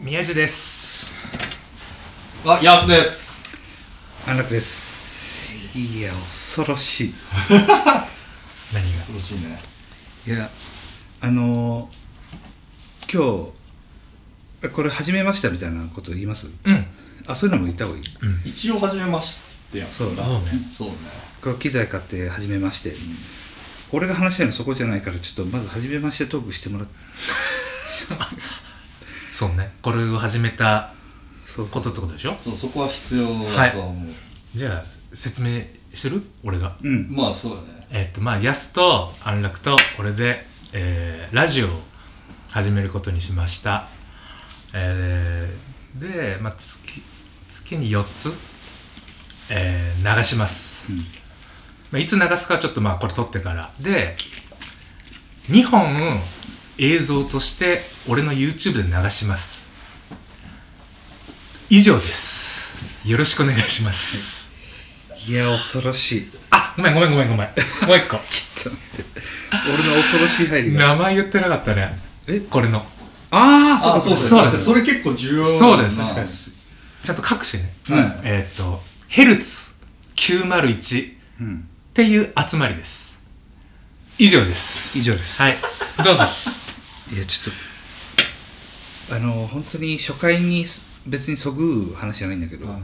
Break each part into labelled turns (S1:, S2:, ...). S1: 宮地です
S2: あ、ヤースです。
S3: 安楽ですいや恐ろしい
S1: 何が
S2: 恐ろしいね。
S3: いやあのー、今日えこれ初めましたみたいなこと言います
S1: うん
S3: あそういうのも言った方がいい
S2: 一応始めましてやん。
S3: そう
S1: そうね
S2: そうね。
S3: これ機材買って初めまして、俺が話したいのそこじゃないからちょっとまず初めましてトークしてもらって
S1: そうねこれを始めた
S3: そうそ
S1: こ
S3: う
S1: とってことでしょ
S2: そう、そこは必要だとは思う。
S1: じゃあ説明する俺が
S3: うん
S2: まあ、そうだね。
S1: えっ、とまあやすと安楽と俺で、えーラジオを始めることにしましたえーで、まあ、月月に4つ、えー流します、
S3: うん
S1: まあ、いつ流すかはちょっとまあこれ撮ってからで2本映像として俺の YouTube で流します以上ですよろしくお願いします、
S3: いや恐ろしい
S1: あごめんごめんごめんごめんもう一個
S3: ちょっと待って俺の恐ろしい入りが
S1: 名前言ってなかったね
S3: え
S1: これの
S3: ああ
S2: あ、そう
S3: そう
S2: で
S3: か
S2: す。
S1: そう
S2: だ
S1: で
S2: っ
S1: す
S2: てそれ結構重要
S1: そうです
S2: な
S1: 確かにちゃんと書くしね、
S2: はい
S1: えーっとヘルツ901っ
S3: うん
S1: ていう集まりです以上です
S3: 以上です
S1: はいどうぞ
S3: いやちょっとあの本当に初回にす別にそぐう話じゃないんだけど、
S2: うん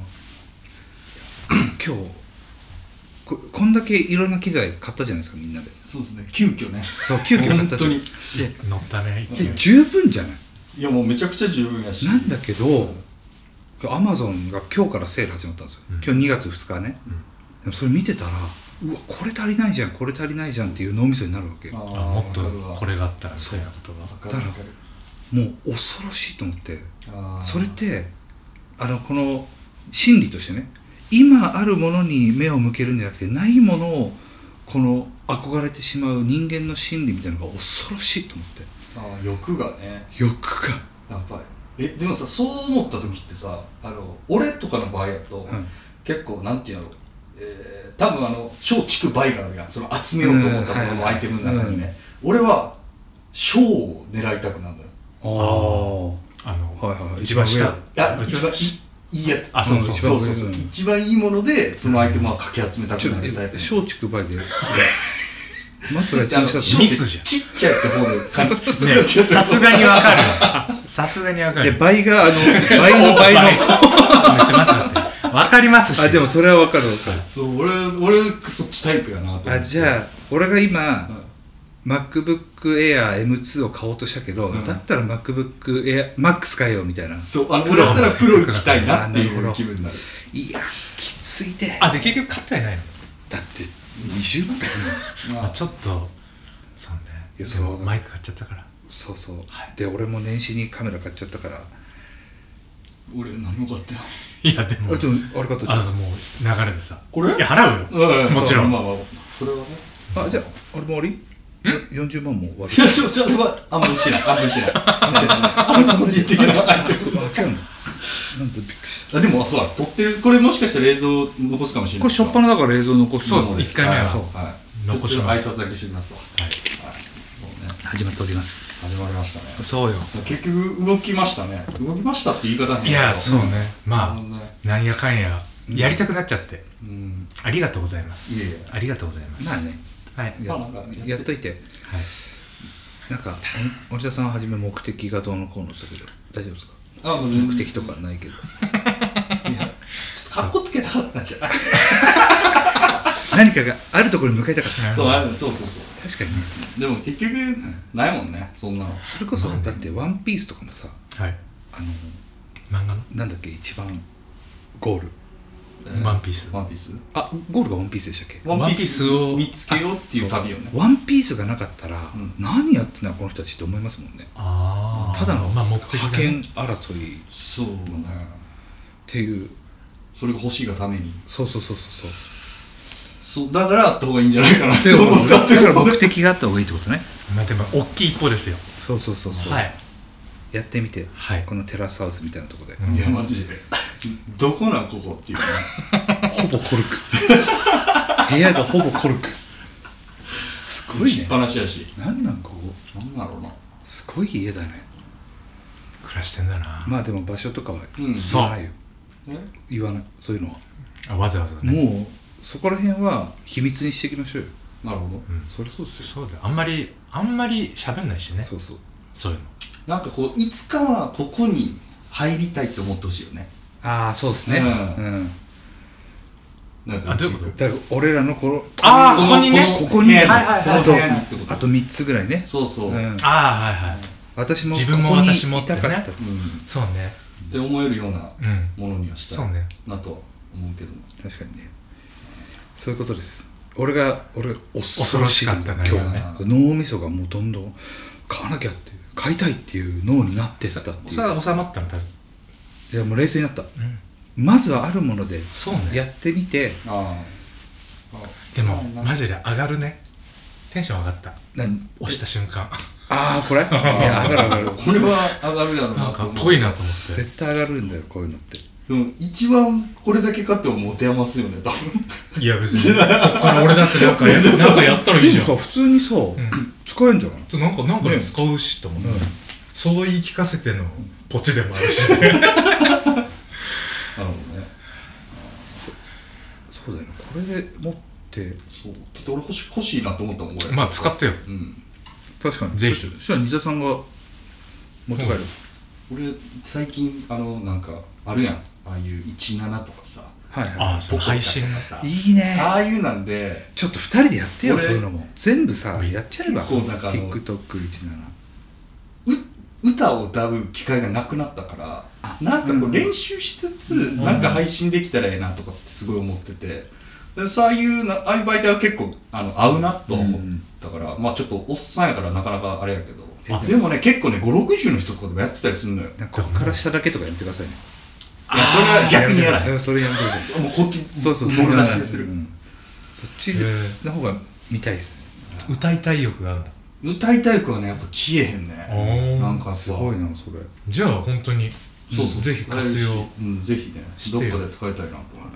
S3: 今日ここんだけいろんな機材買ったじゃないですかみんなで
S2: そうですね。急遽ね。
S3: そう急遽買っ
S2: 本
S3: た
S2: 当に。
S1: 乗ったね一気
S3: で
S1: に
S3: 十分じゃない
S2: いや、もうめちゃくちゃ十分やし。
S3: なんだけどアマゾンが今日からセール始まったんですよ、今日2月2日ね、でもそれ見てたらうわこれ足りないじゃんこれ足りないじゃんっていう脳みそになるわけ
S2: あ
S3: も
S1: あもっとこ
S2: れ。
S1: れがあったらみたいなことが
S2: わかるわかる
S3: う恐ろしいと思って
S2: あー
S3: それってあのこの心理としてね今あるものに目を向けるんじゃなくてないものをこの憧れてしまう人間の心理みたいなのが恐ろしいと思って
S2: あー欲がね、
S3: 欲が、
S2: やっぱり。え、でもさ、そう思った時ってさ、あの、俺とかの場合だと、
S3: うん
S2: 結構なんていうのえー、多分あの小畜倍があるやんその集めようと思ったもの
S3: うん
S2: の
S3: はい
S2: アイテムの中にね、俺は小を狙いたくなるのよ
S3: あ
S1: あの、
S3: はいはいはい
S1: 一番下
S2: いや
S1: 一
S2: 一
S1: 番
S2: 番いいいいやつ
S1: あそうそう
S2: うんそうそう
S3: 一番上の
S2: 一番いいものでそのアイテムはかき集めたく
S3: ちょっ
S2: な
S3: と
S2: るタイプ
S3: 松竹梅で松が一
S2: あ
S3: 番
S2: の
S3: 下だ
S2: 小っ
S3: と思
S1: ミ
S2: て
S3: っ
S1: スじゃん
S2: ちっちゃいって方で感じ
S1: ねさすがにわかるわさすがにわか
S3: て
S1: る
S3: で倍があの倍 の 倍の
S1: そうねちょっと待って待ってわかりますし
S3: あでもそれはわかるわかる
S2: そう俺俺そっちタイプやなと思って
S3: あじゃあ俺が今、
S2: うん
S3: MacBook Air M2 を買おうとしたけど、
S2: うん
S3: だったら MacBook Air Max 買えようみたいな
S2: そうあの
S3: プ
S2: プ
S3: ロ
S2: ロだったらプロ行きたいなっていう気分になる
S3: いやきついで
S1: あで結局勝ってないの、
S3: だって20万 ですね
S1: まあ、ちょっとそうね
S3: いや
S1: でも
S3: そう
S1: マイク買っちゃったから
S3: そうそう、
S1: はい
S3: で俺も年始にカメラ買っちゃったから
S2: 俺何も買ってない
S1: いやでも
S3: あでもあれ買ったじゃ
S1: あ
S3: ん
S1: のさもう流れでさ
S2: これ
S1: いや払うよ、
S2: う
S1: もちろん
S2: まあまあそれはね
S3: あじゃあ俺も終わりよ40万も終わり
S2: いや、ちょ、ちょ、俺は、あんまりしない。あんまりしない。あんまり個人的なアイテム。
S3: あ違うのなんとびっくりし
S2: あ、でも、ほら、撮ってる、これもしかしたら映像残すかもしれない。
S3: たこれ初っ端だから映像残す
S1: そうです一回目は
S3: そう
S2: はい。
S1: 残します
S2: ちょっと挨拶だけしてみますわ。
S1: はい
S2: はい。もうね、
S3: 始まっております
S2: 始まりましたね。
S3: そうよ
S2: 結局、動きましたね。動きましたって言い方変
S1: いやそう
S2: う。
S1: ねまあ
S2: なるほどね
S1: なんやかんややりたくなっちゃって、
S2: うん。
S1: ありがとうございます
S2: いやいや
S1: ありがとうございます、
S3: まあね
S1: はい、はい、
S3: や
S2: まあなんか
S3: やっといてなんかお森田さんはじめ目的がどうのこうのするけど大丈夫ですか
S2: あ、もう
S3: 目
S2: 全
S3: 的とかないけど
S2: いや、ちょっと、かっこつけたかったんじゃない
S3: 何かがあるところに向かいたかった
S2: そう、あるそうそうそう。
S3: 確かにね
S2: でも、結局、ないもんね、そんなの。
S3: それこそだって「ワンピースとかもさ
S1: はい、
S3: あの
S1: 漫画の
S3: なんだっけ一番ゴール
S1: ワンピース
S2: ワンピース
S3: あゴールが「ワンピースでしたっけ
S1: ワンピースを
S2: 見つけようっていう旅をね
S3: ワンピースがなかったら、
S2: ん
S3: 何やってんだこの人たちって思いますもんね
S1: あー
S3: ただの
S1: まあ目的がね
S3: 派遣争いっ
S2: そうね
S3: ていう
S2: それが欲しいがために
S3: そうそうそうそうそう
S2: そうだからあった方がいいんじゃないかなっ
S3: って
S2: て思ったって
S3: だか ら
S2: こと
S3: 目的があった方がいいってことね
S1: まあでも大きい一歩ですよ
S3: そうそうそうそう、
S1: はい
S3: やってみて、
S1: はい
S3: このテラスハウスみたいなとこで、
S1: うん
S2: いやマジでどこなんここって いうね
S3: ほぼコルク部屋がほぼコルクすご
S2: 打
S3: い
S2: ちっ
S3: ね
S2: ぱなしやし
S3: なんなんここ
S2: なんだろうな
S3: すごい家だね
S1: こ暮らしてんだな、
S3: まあでも場所とかは
S2: うん
S3: 言わないよ、
S2: ね
S3: 言わないそういうのは、
S1: あわざわざね
S3: もうそこら辺は秘密にしていきましょうよ
S2: なるほど
S1: うん
S3: そりゃそうですよ
S1: そうだよあんまりあんまり喋んないしねそ
S3: そううそう
S1: いうの
S2: なんかこういつかはここに入りたいって思ってほしいよね
S3: ああそうですね
S2: う
S3: うん、
S2: なんか
S1: あどういうこと
S3: だから俺らの頃
S1: あーここにね
S3: ここに
S2: はい
S1: はいはいはい
S3: あ
S2: こ
S3: と
S2: の部屋にってこと
S3: あと3つぐらいね
S2: そうそう、
S3: う
S2: うん
S1: あ
S3: ん、
S1: あはいはい
S3: 私も
S1: 自分も
S3: ここに
S1: 私もってね
S3: いたかった
S1: そうね
S2: って思えるような
S1: うん
S2: ものにはした
S1: そう
S2: い
S1: ね
S2: なとは思うけども
S3: 確かにねそういうことです俺が俺が恐
S1: 恐
S3: ろ
S1: ろ
S3: し
S1: し
S3: い
S1: かった
S3: 今
S1: な
S3: 日
S1: 今
S2: ね
S3: 脳みそがもうどんどん買わなきゃっていう買いたいっていう脳になってったってい
S1: それ
S3: う
S1: は収まったんだ、
S3: いやもう冷静になった
S1: うん、
S3: まずはあるもので
S1: そうね
S3: やってみて
S2: ああ
S1: でも
S2: そうやな
S1: マジで上がるねテンション上がった
S3: なん
S1: 押した瞬間
S3: あ あこれいや上がる上がる
S2: これは上がるだろう
S1: なん
S2: な
S1: か
S2: と思う
S1: っぽいなと思って
S3: 絶対上がるんだよこういうのって
S2: でも一番これだけ買っても持て余すよね多分
S1: いや別に こっから俺だってなん かやなんかやったらいいじ
S3: で
S1: ゃん
S3: もさ普通にさ
S1: ん
S3: 使えんじゃない
S1: なんかなんか
S3: ね
S1: 使うしと思って、
S3: うん
S1: そう言い聞かせてのポチでもあるし
S2: なるほどね
S3: そうだよねこれで持って
S2: そうだって俺欲し欲しいなと思ったもん俺
S1: まあ使ってよ
S2: うん
S3: 確かに
S1: ぜひ
S3: そしたら西田さんが持って帰る
S2: 俺最近あのなんかあるやんああいう17とかさ
S3: はいはい
S1: ああその
S2: ポコチ
S1: 配
S2: ャ
S1: 信がさ
S3: いいね
S2: ああいうなんで
S3: ちょっと二人でやってよ
S2: 俺
S3: そういうのも全部さやっちゃえば
S2: そうなんかあの
S3: TikTok17
S2: 歌を歌う機会がなくなったから
S3: あ
S2: なんかこ
S3: う
S2: うん練習しつつ、
S1: ん
S2: なんか配信できたらええなとかってすごい思っててでそういうなああいう媒体は結構あの合うなとは思ったから、まあちょっとおっさんやからなかなかあれやけど
S1: あ
S2: でもね結構ね560の人とかでもやってたりするのよいや
S3: なんかこっから下だけとかやめてくださいね
S2: それは逆にやら
S3: そ
S2: ない
S3: れそれやめてくださ
S2: もうこっち
S3: いそうそうそれ
S2: もろ出
S3: やめ
S2: して
S3: くだ
S2: す
S3: さい
S2: る、
S3: うんそっち
S1: へえ
S3: の方が見たいっす
S1: 歌いたい欲があるんだ
S2: 歌いたい子はねやっぱ消えへん
S1: お
S2: ね
S1: ー
S2: なんかさ
S3: すごいなそれ
S1: じゃあ本当に
S2: そうそう、
S1: んぜひ活用、
S2: うん、ぜひね
S1: して
S2: ど
S1: よ
S2: っかで使いたいなと思っ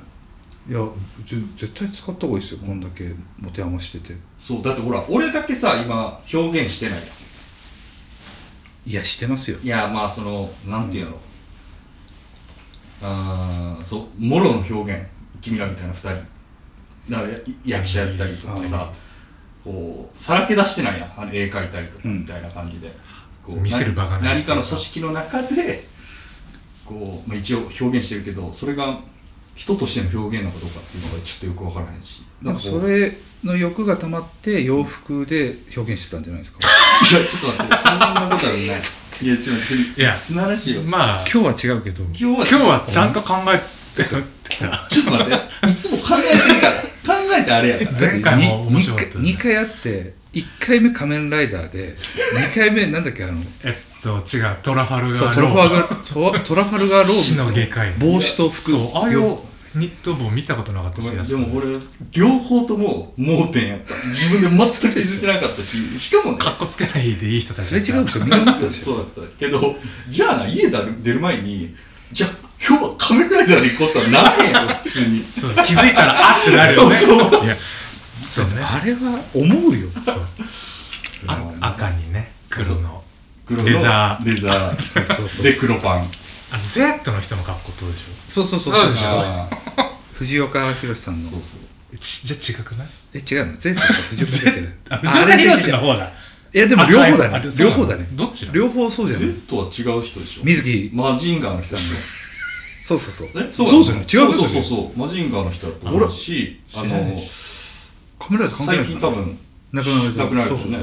S2: て
S3: いやぜ絶対使った方がいいですよこんだけ持て余してて
S2: そうだってほら俺だけさ今表現してないやん
S3: いやしてますよ
S2: いやまあそのなんていうの、ああそうもろの表現君らみたいな2人だからや役者やったりとかさこうさらけ出してないやんあの絵描いたりとか
S3: うん
S2: みたいな感じで、こ
S1: 見せる場がない
S2: 何かの組織の中でこう、まあ、一応表現してるけどそれが人としての表現なのかどうかっていうのがちょっとよくわからへんし
S3: でもそ
S2: いや
S3: れの欲が溜まって洋服で表現してたんじゃないですか
S2: ちょっと待ってそんなことはないいやちょっと待って
S1: いや
S2: 素晴らしいよ
S1: まあ
S3: 今日は違うけど
S2: 今日は
S1: 今日はちゃんと考えてきた
S2: ちょっと待って、いつも考えてるから、考えてあれやから。
S1: 前回も面白かったよね
S3: 2回あって1回目仮面ライダ ーで2回目なんだっけあの
S1: えっと違うトラファル
S3: そ
S1: ガー
S3: うトラフ
S1: ロ
S3: ァ
S1: ー
S3: ルガートラトラファルガーロ
S1: 死の
S3: ー
S1: 外
S3: ブ
S1: 科医
S3: の帽子と服
S1: そうああいうニット帽見たことなかったし
S2: でも俺、両方とも盲点やった。自分で全く気づいてなかったし、しかもね、
S1: かっこつけないでいい人たち
S3: すれ違う人みんな思ってるし
S2: そうだったけど、じゃあな、家だ出る前に、じゃあ今日は仮面ライダーで行こうとはならへんやろ、普通に。
S1: そう気づいたらあってなるよね
S2: そう
S1: いやそうね
S3: あれは思うよ
S1: あ赤にね黒の
S2: 黒
S1: レザー
S2: レザー。
S3: そうそう
S2: で、黒パン。
S1: あ Z の人の格好ってことでし
S3: そうそうそう
S1: そうでしょ
S2: あー
S3: 藤岡弘さんの
S2: そうそう。
S1: ょちじゃあ違くない
S3: え違うの全部藤岡弘
S1: あ藤岡弘の方だ
S3: いやでも両方だね
S1: あそう
S3: 両
S1: なの
S3: 方だね
S1: どっちなの
S3: 両方そうじゃない
S2: Z は違う人でしょ。
S3: 水木
S2: マジンガーの人やんね。
S3: そうそうそう
S2: え
S3: そうじゃない違う
S2: そうそうそう
S3: う
S2: そう。マジンガーの人だと思うし、あ
S1: 知らな
S2: の
S1: い、
S3: カメラ関係な
S2: 最
S3: い
S2: 近
S3: か
S2: 多
S3: な
S2: 分、
S3: なくなる
S2: なくなる
S3: そ
S2: よ
S3: うそう
S2: ね。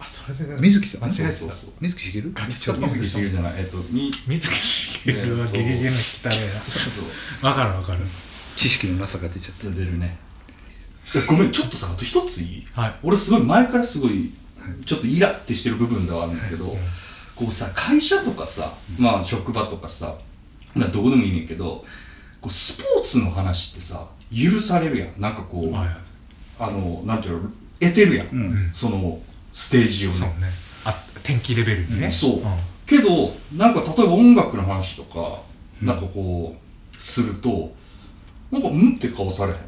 S1: あそれで
S3: 水木さ
S1: 間
S3: ん
S1: 違えて
S2: そう
S1: た
S2: そうそう
S3: 水木しげる
S1: ガキ
S2: 水
S1: 使
S2: 木
S1: った
S2: しげるじゃない、えっと、に、
S1: 水木しげるはゲゲゲの汚ねえなわかるわかる
S3: 知識のなさが出ちゃった
S2: 出るね。えごめん、ちょっとさ、あと一ついい
S1: はい
S2: 俺すごい前からすごい、ちょっとイラってしてる部分ではあるんだけど、こうさ、会社とかさ、まあ職場とかさ、まあどこでもいいねんけど、こうスポーツの話ってさ、許されるやん。なんかこう、
S1: はいはい
S2: あの、なんていうの、得てるやん。
S3: うん
S2: その、ステージを
S1: そうね
S2: ね。
S1: あ天気レベルにね
S2: そう、
S1: ん
S2: けどなんか例えば音楽の話とか、なんかこうするとなんか「うん?」って顔されへん
S1: へ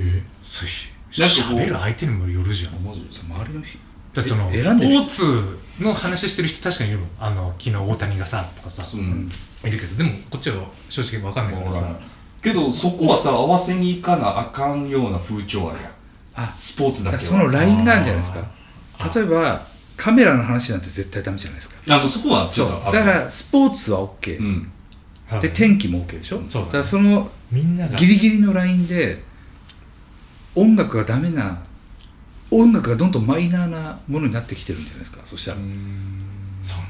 S1: え
S2: え
S1: そうし
S2: なんかこう
S1: 喋る相手にもよるじゃん
S2: マジで
S3: そう周りのひ
S1: だってその
S3: え
S1: ス
S3: 選ん
S1: ポ
S3: でる
S1: ーツの話してる人確かにいるもんあの昨日大谷がさとかさ
S2: そうん
S1: いるけどでもこっちは正直分かんないからさ
S2: けどそこはさ合わせに行かなあかんような風潮あるやん
S3: あ
S2: スポーツ
S3: だ
S2: だ
S3: か
S2: け
S3: ら
S2: は
S3: そのラインなんじゃないですか
S1: あー
S3: 例えばカメラの話なんて絶対ダメじゃないですか
S2: あのそこはち
S3: そ
S2: ょ
S3: う
S2: っと
S3: だ
S2: 危な
S3: か
S2: い
S3: らスポーツは OK、
S2: うん
S1: はい
S3: で天気も OK でしょ
S1: そうだね
S3: だからその
S1: みんなが
S3: ギリギリのラインで音楽がダメな音楽がどんどんマイナーなものになってきてるんじゃないですかそしたら、
S1: そう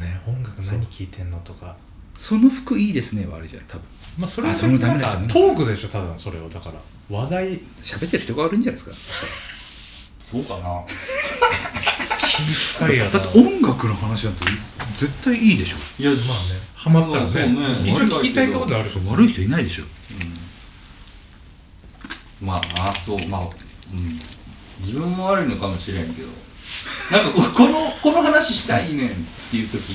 S1: ね音楽何聴いてんのとか
S3: その服いいですねはあれじゃん多分
S1: まあそれは
S3: あそのた
S1: な
S3: め
S1: ん
S3: だ
S1: かトークでしょただのそれをだから話題
S3: 喋ってる人が悪いんじゃないですか
S2: そうかな
S1: 気使いやな
S3: だって音楽の話なんて絶対いいでしょ
S2: いやまあね
S1: まあねハマったら
S2: そう
S1: ね
S2: ね
S1: 一応聞きたいところであるし
S3: そう悪い人いないでしょ
S2: まあなそうまあうん自分も悪いのかもしれんけどなんかここのこの話したいねんっていう時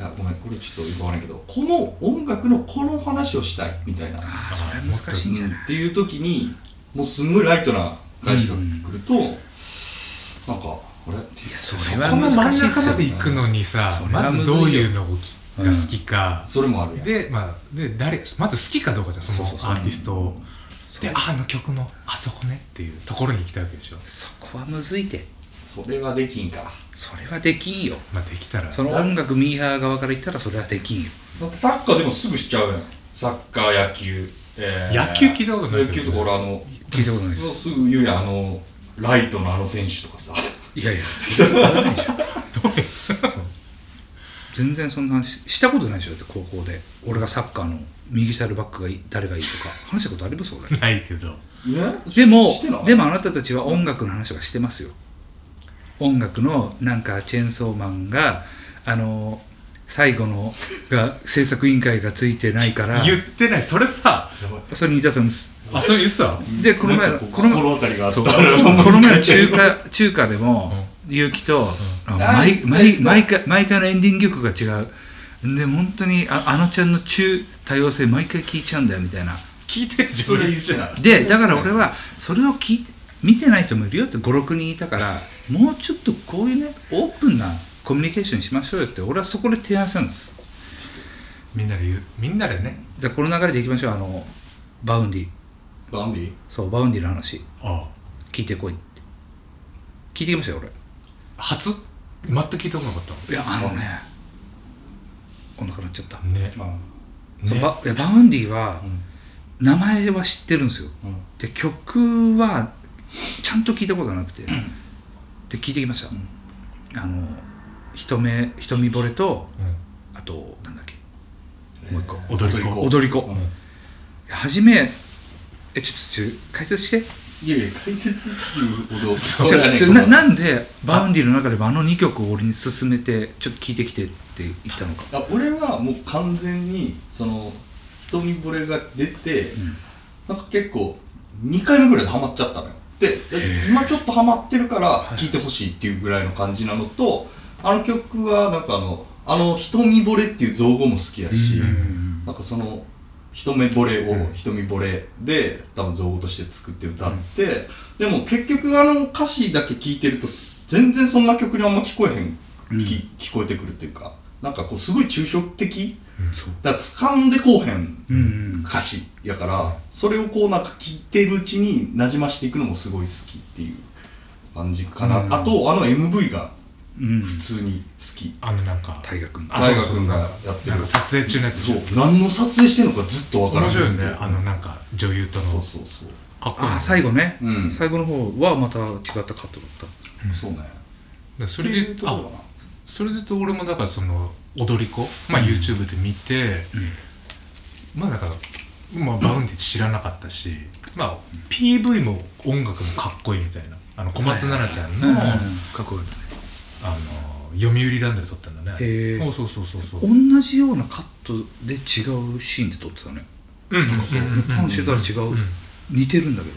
S2: あごめんこれちょっとよくわかんないけどこの音楽のこの話をしたいみたいな
S3: ああ
S1: そ
S3: そ
S1: れ
S3: れ
S1: は
S3: は
S1: 難
S3: 難
S1: し
S3: し
S1: い
S3: い
S1: ん
S3: ん
S1: じ
S3: じ
S1: ゃ
S3: ゃ
S1: な
S3: ない
S2: っていう時にもうすんごいライトな返しが来ると、なんかあれっていう
S1: そこの真ん中まで行くのにさ
S3: それ
S1: ま
S3: は
S1: ず
S3: むずい
S1: ど
S3: よ
S1: ういうのが好きか、
S2: それもあるやん
S1: でまあで誰まず好きかどうかじゃんその
S2: そうそうそう
S1: アーティストをであの曲のあそこねっていうところに行きたいわけでしょ
S3: そこはむずいて
S2: それはできんか
S3: それはできんよ
S1: まあできたら
S3: その音楽ミーハー側から言ったらそれはできんよ
S2: だってサッカーでもすぐしちゃうやんサッカー野球、え
S1: 野球聞いたことない
S2: 野球とか俺あの
S3: 聞いたことないです
S2: すぐ言うやんあのライトのあの選手とかさ
S3: いやいやそれはないでしょ
S1: どういう
S3: 全然そんな話したことないでしょだって高校で俺がサッカーの右サイドバックがいい誰がいいとか話 したことあります俺
S1: ないけど
S2: ね
S3: でも
S2: してない
S3: でもあなたたちは音楽の話とかしてますよ音楽のなんかチェーンソーマンがあの最後のが制作委員会がついてないから
S1: 言ってないそれさ
S2: やばい
S3: それにいたさんです
S1: あそれ言ってた
S3: でこの前
S2: な
S3: の
S2: んかこ
S3: この
S2: 心当たりがあった
S3: そうこの前の中華中華でも結城とあ毎毎毎回毎回のエンディング曲が違うで本当にああのちゃんの中多様性毎回聴いちゃうんだよみたいな
S1: 聞いてる自
S2: そ
S1: 分
S2: れ
S1: で
S2: 一緒やな
S3: でだから俺はそれを聞いて見てない人もいるよって56人いたからもうちょっとこういうねオープンなコミュニケーションにしましょうよって俺はそこで提案したんです
S1: みんなで言うみんなでね
S3: でこの流れでいきましょうあのバウンディ
S2: バンビ
S3: そうバウンディの話
S1: あ
S3: 聞いてこいって聞いてきましたよ俺
S1: あ初全く聞いたことなかった
S3: いやあのねお腹鳴っちゃった、
S1: ね
S2: まあ、
S3: そう
S1: ね
S3: バいやバウンディは
S2: うん
S3: 名前は知ってるんですよ
S2: うん
S3: で曲はちゃんと聞いたことがなくて、で聞いてきました、あの一目一目惚れと
S1: う
S3: あとなんだっけもう一個
S1: ん踊り子
S2: 踊
S3: 踊り子、
S2: うん
S3: いや初めえちょっとちょっと解説して
S2: いやいや解説っていうほど
S1: そう
S2: れがね
S3: ちょ
S2: そ
S3: な
S2: の
S3: なんでバウンディの中でもあの2曲を俺に勧めてちょっと聞いてきてって言ったのか
S2: あ俺はもう完全にその瞳惚れが出て、なんか結構2回目ぐらいでハマっちゃったのよで今ちょっとハマってるから聴いてほしいっていうぐらいの感じなのとあの曲はなんかあの「あの瞳惚れ」っていう造語も好きやし、
S3: うん
S2: なんかその一目惚れを一目惚れで多分造語として作って歌って、でも結局あの歌詞だけ聞いてると全然そんな曲にあんま聞こえへん、
S3: うん
S2: き聞こえてくるっていうかなんかこうすごい抽象的
S3: そう
S2: だから掴んでこうへん
S3: うん
S2: 歌詞やからそれをこうなんか聞いてるうちになじましていくのもすごい好きっていう感じかな、
S3: うん
S2: あとあの MV が
S3: うん
S2: 普通に好き、
S1: あのなんか
S3: 大学の
S1: あ
S2: 大
S1: そうそ
S2: 学
S1: う
S2: が
S1: なんか
S2: やってる
S1: なんか撮影中のやつでし
S2: そ
S1: ょ
S2: う何の撮影してんのかずっとわから
S1: 面
S2: ない
S1: 白いよねあのなんか女優と
S2: そう
S1: の
S2: そうそう
S1: かっこいい
S3: あ最後ね、
S2: うん
S3: 最後の方はまた違ったカットだった
S2: そうね。
S1: でそれで
S2: っていうところ
S1: あ
S2: かな
S1: それで言うと俺もだからその踊り子、まあ、YouTube で見て、まあだから、まあ、バウンディ知らなかったし、まあ、PV も音楽もかっこいいみたいなあの小松菜奈ちゃんの,、
S3: かっこよかったね
S1: あの読売ランドで撮ったんだね
S3: へー
S1: おそうそうそうそううん
S3: 同じようなカットで違うシーンで撮ってたね
S1: うん
S3: パンしてたら違う、似てるんだけ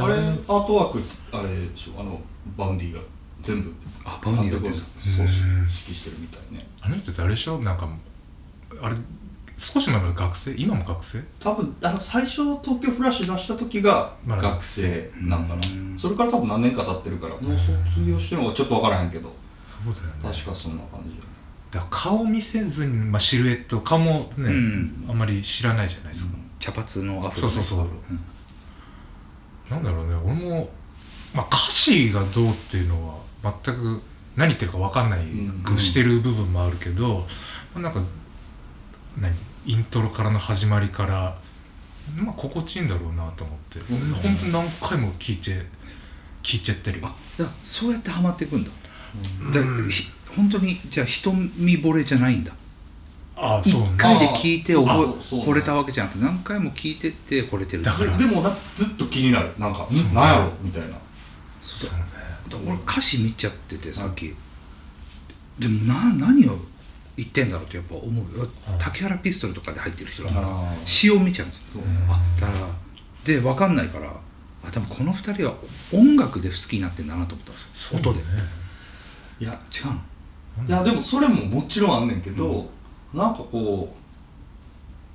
S3: ど
S1: うん
S2: あ
S1: う
S2: れ、ア
S1: ん
S2: ートワーク、あれでしょ、あの、バウンディが全部、
S3: あバウンディが
S2: 監督
S3: 出て
S2: を
S3: る
S2: そうそう、指揮してるみたいね。
S1: あの人ってあれでしょなんかあれ少し前まで学生今も学生
S2: 多分あの最初東京フラッシュ出した時が
S1: まだ
S2: 学生なんかな、
S3: うん
S2: それから多分何年か経ってるからもう卒業してるのかちょっと分からへんけど
S1: そうだよね
S2: 確かそんな感じ
S1: だから顔見せずに、まあ、シルエット顔もね、
S3: うん
S1: あんまり知らないじゃないですか、
S3: 茶髪のアフロ
S1: そう
S3: ね
S1: そうそう、
S3: ん
S1: なんだろうね俺も、まあ、歌詞がどうっていうのは全く何言ってるか分かんないくしてる部分もあるけど、なんか何イントロからの始まりからまあ心地いいんだろうなと思って、
S2: ん
S1: ほんと何回も聞いて聞いちゃってるよ
S3: あだからそうやってハマっていくんだ
S1: ん
S3: だからひ本当にじゃあ瞳惚れじゃないんだ
S1: ああそう
S3: 一
S1: ね
S3: 回で聞いて覚え
S2: あそうそう
S3: 惚れたわけじゃなくて何回も聞いてって惚れてる
S1: だから
S2: ででもなんかずっと気になるなんか
S1: そう
S2: なんやろみたいな
S3: そ
S1: そ
S3: う
S1: う
S3: だ
S1: ね
S3: 俺歌詞見ちゃっててさっき、でもな何を言ってんだろうってやっぱ思うよ、
S1: うん
S3: 竹原ピストルとかで入ってる人だから
S2: あー
S3: 詩を見ちゃうんです
S2: そ
S3: よ
S2: う
S3: あだからで分かんないからあ多分この2人は音楽で好きになってんだなと思ったんですよ音で違
S2: いや
S3: うの
S2: いやでもそれももちろんあんねんけど、なんかこ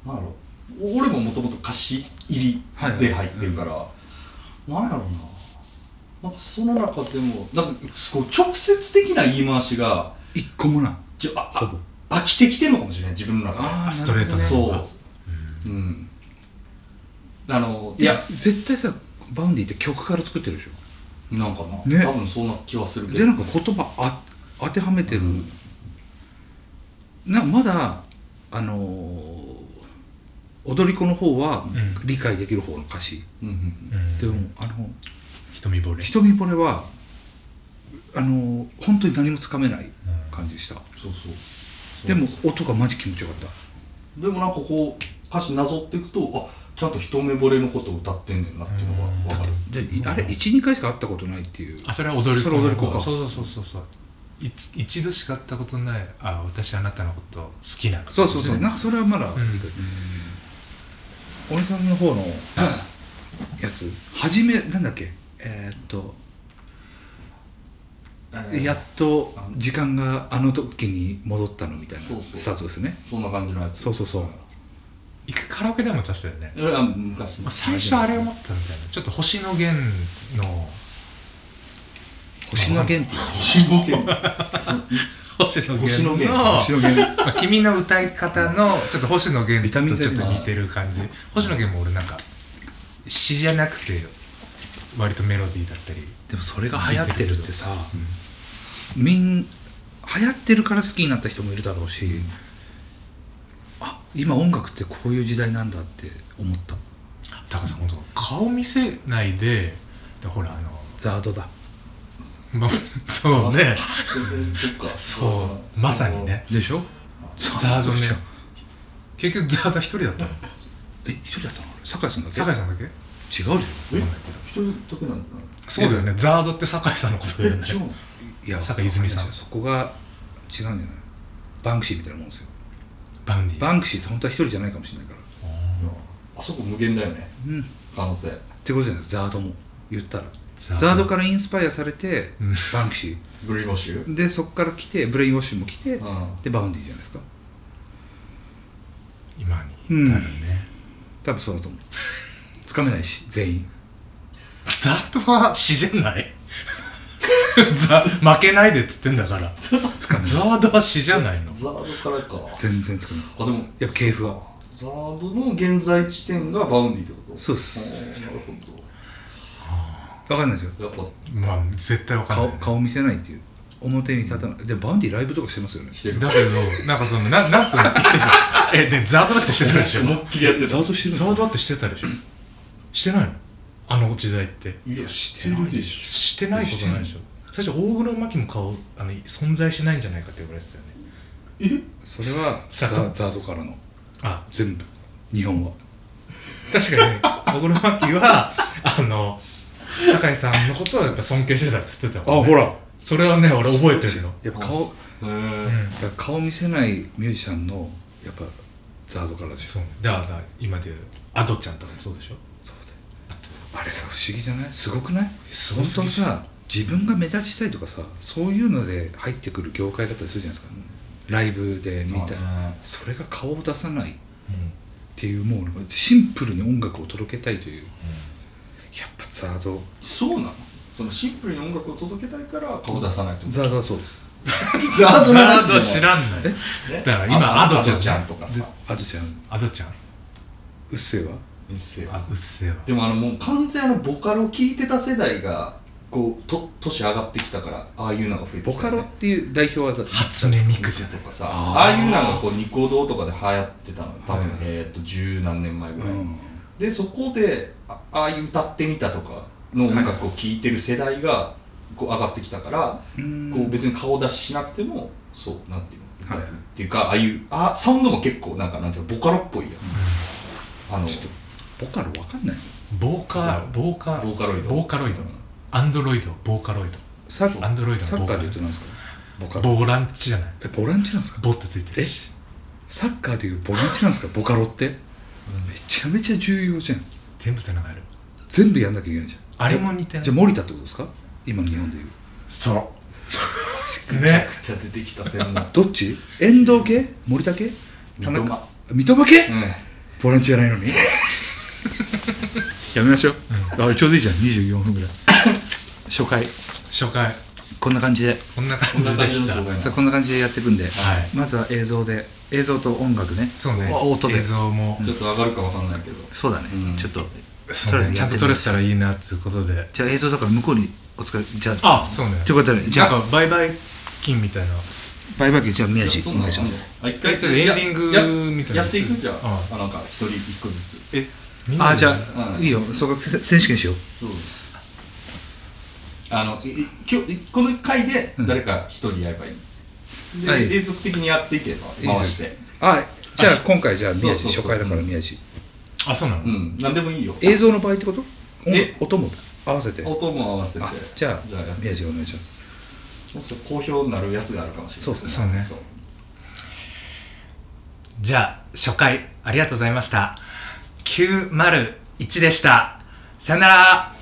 S2: うなんやろ俺ももともと歌詞入りで入ってるから、なんやろななんかその中でもなんかすごい直接的な言い回しが
S3: 一個もない
S2: ちょあ
S3: ほぼ
S2: あ飽きてきてるのかもしれない自分の中で
S3: あー
S1: ストレート
S3: なるほ
S1: ほどね
S2: そううんあのい
S3: いや
S2: や
S3: 絶対さバウンディって曲から作ってるでしょ
S2: なんかな、
S3: ね
S2: 多分そんな気はするけ
S3: で
S2: ど
S3: なんか言葉あ当てはめてる、なんかまだあのー踊り子の方は
S1: ん
S3: 理解できる方の歌詞、
S2: うんうんうん
S1: うん
S3: でもあの
S1: 瞳惚れ
S3: 瞳惚れはあのー本当に何もつかめない感じした、
S2: そうそう
S3: でも音がマジ気持ちよかった
S2: でもなんかこう歌詞なぞっていくとあちゃんと一目惚れのことを歌ってんねんなっていうのが分かる
S3: であれ12回しか会ったことないっていう
S1: あそれは踊り
S3: そ
S1: 子
S3: れ踊り子か
S1: そうそうそうそうそう一一度しか会ったことないあ私あなたのこと好きなの
S3: そうそうそう
S1: ね
S3: なんかそれはまだ、
S1: ん
S3: おじさんの方のやつ初めなんだっけえーっと、やっと時間があの時に戻ったのみたいな
S2: そうそう
S3: スタートですね
S2: そんな感じのやつ
S3: そうそうそう
S1: 一回カラオケでも歌ってたよね、
S2: いや昔
S1: まあ、最初あれ思ったみたいなちょっと星野源の
S3: 星野源っていう
S2: 星野源
S1: 星野源
S2: 星野源
S1: の
S3: 星野源
S1: まあ君の歌い方のちょっと星野源
S3: ビタミン
S1: と
S3: Z
S1: ちょっと似てる感じ星野源も俺なんか詩じゃなくて割とメロディーだったり
S3: でもそれが流行ってるってさ、みん流行ってるから好きになった人もいるだろうし、あ今音楽ってこういう時代なんだって思った
S1: だからさ本当顔見せないででほらあの、
S3: ザードだ
S1: まあ、そうね
S2: そっか
S1: そうまさにね
S3: でしょザ
S1: ザードね
S3: じゃん
S1: 結局ザード一人だったの
S3: え一人だったの俺酒井さんだっけ
S1: 酒井さんだけ
S3: 違うでし
S2: え一人だけなんだな
S1: そうだよねザードって酒井さんのことだよね
S2: え違うの
S3: ょいや
S1: 酒井泉さん
S3: そこが違うんじゃないバンクシーみたいなもんですよ
S1: バンディ
S3: バンクシーって本当は一人じゃないかもしれないから
S2: あそこ無限だよね
S3: うんっ
S2: 可能性
S3: てことじゃないですザードも言ったら
S1: ザ
S3: ザ
S1: ー
S3: ー
S1: ド
S3: ドからインスパイアされて、
S1: うん
S3: バンクシ
S2: グリーンウォッシュ
S3: ーでそこから来てブレインウォッシュも来て、
S2: うん
S3: でバウンディじゃないですか
S1: 今に至るね、
S3: 多分そうだと思うつかめないし全員
S1: ザードは詩じゃない ザ負けないでっつってんだからザードは詩じゃないの
S2: ザードからか
S3: 全然つかめない
S2: あでも
S3: やっぱ系譜は
S2: ザードの現在地点がバウンディってこと
S3: そうっす
S2: あーなるほ
S3: 分かんないですよ
S2: どやっぱ
S1: まあ絶対わかんない
S3: 顔
S1: ね、
S3: 顔見せないっていう表に立たないでバウンディライブとかしてますよね
S2: してる
S1: だけどなんかそのななんつうの えねザードだってしてたでしょ
S2: 思いっきりやって
S3: ざ
S2: た
S3: わっとしてる
S1: ザードだってしてたでしょしてないのあの時代って
S2: いやしてるでしょ
S1: してないことないでしょ最初大黒摩季も顔あの存在しないんじゃないかって言われてたよね
S3: それは
S1: ザ
S3: ザ
S1: ー
S3: ザードからの
S1: あ
S3: 全部日本は
S1: 確かにね大黒摩季はあの酒井さんのことをやっぱ尊敬してたって言ってたもん、ね、
S3: ら
S1: それはね俺覚えてる の
S3: やっぱ顔や
S2: へ
S3: っ
S1: う
S2: え
S1: ん
S3: ぱ顔見せないミュージシャンのやっぱザードからでしょ
S1: そうねだから今で言うアドちゃんとかもそうでしょ
S3: そうだよあれさ不思議じゃないすごくない
S1: すご
S3: 本
S1: すぎ
S3: 当
S1: る
S3: さ自分が目立ちたいとかさそういうので入ってくる業界だったりするじゃないですかライブで見たい
S2: あ
S3: それが顔を出さないっていうもうなんかシンプルに音楽を届けたいというやっぱザード
S2: そうなのそのシンプルに音楽を届けたいから顔出さないと
S3: ザードはそうです
S2: ザー
S1: ザード知
S2: ん
S1: らんのよだから今ア
S2: あ
S1: ドちゃん
S2: アドちゃんとかさ
S3: あとちゃん
S1: アドちゃん
S3: うっせぇわ
S2: うっせえ
S1: あうっせえわ
S2: でもあのもう完全あのボカロ聴いてた世代がこうと年上がってきたからああいうのが増えて
S3: ボ
S2: きた
S3: カ
S2: よね
S3: ロっていう代表はだ
S1: 初音ミクじゃん
S2: とかさ
S3: あー
S2: ああいうのがこうニコ動とかで流行ってたの多分、
S1: はい
S2: えーっと十何年前ぐ
S3: う
S2: らい、
S3: ん
S2: でそこであああいう歌ってみたとかの音楽を聴いてる世代がこう上がってきたから、こう別に顔出ししなくてもそうなんていうの、
S3: はい
S2: っていうかああいうあサウンドも結構なんかなんていうのボカロっぽいやん、あの
S3: ちょっとボカロわかんない
S1: ボーカボーカ
S2: ボーカロイド
S1: ボーカロイド
S2: うん
S1: アンドロイドボーカロイド
S3: サ
S1: アンドロイド
S3: サ
S1: の
S3: ッ
S1: ボー
S3: カ
S1: カ
S3: ーで
S1: ロイド
S3: 言うとなんですかボカロ
S1: ボーランチじゃない
S3: えボランチなんですか
S1: ボってついてるし
S3: サッカーでいうボランチなんですかボカロってめちゃめちゃ重要じゃん
S1: 全部つながる
S3: 全部やんなきゃいけないじゃん
S1: あれも似て
S3: じゃ
S1: ない
S3: じゃあ森田ってことですか今の日本でいう
S1: そう
S2: めちゃ
S1: ね
S2: くちゃ出てきた専 門
S3: どっち遠藤系森田系田中
S2: 三笘
S3: 三笘系、
S2: う
S3: ボランチじゃないのにやめましょう、あちょうどいいじゃん24分ぐらい初回
S1: 初回
S3: こんな感じで
S1: こんな感じでした
S2: こんな感じです
S3: さあこんな感じでやっていくんで、
S1: い
S3: まずは映像で映像と音楽ね
S1: そうね
S3: お音で
S1: 映像も
S2: んちょっと上がるかわかんないけど
S3: そうだね、
S2: うん
S3: ちょっと
S1: そうねちゃんと撮れてたらいいなっつうことで
S3: じゃあ映像だから向こうにお疲れじゃあ
S1: あそうね
S3: ということでじゃ
S1: な
S3: あ
S1: んかバイバイ金みたいな
S3: バイバイじゃあ宮
S2: じゃあ
S3: 地
S2: そ
S3: お
S2: んな
S3: 願
S2: の
S3: いします
S2: あ一回
S1: えちょっとエンディング
S2: や
S1: みたいな
S2: やっていくじゃあ
S1: あ
S2: あなんか一人一個ずつ
S1: えみんな
S3: あ
S1: で
S3: じゃあ
S2: うん
S3: いいよ総額せ選手権しよう
S2: そうあのいい今日いこの回で誰か一人やればいい、で、
S3: はい
S2: 永続的にやっていけば回して
S3: あじゃあ今回じゃあ
S2: そう
S3: 宮
S2: そう
S3: 地
S2: そう
S3: 初回だから宮地
S1: あそうなの
S2: うん何でもいいよ
S3: 映像の場合ってこと音
S2: え
S3: 音も合わせて
S2: 音も合わせて
S3: あじゃ
S2: じゃあや
S3: あ
S2: って
S3: 宮地お願いします
S2: そうすると好評になるやつがあるかもしれない
S3: そうっすね
S1: そうねじゃあ初回ありがとうございました901でしたさよなら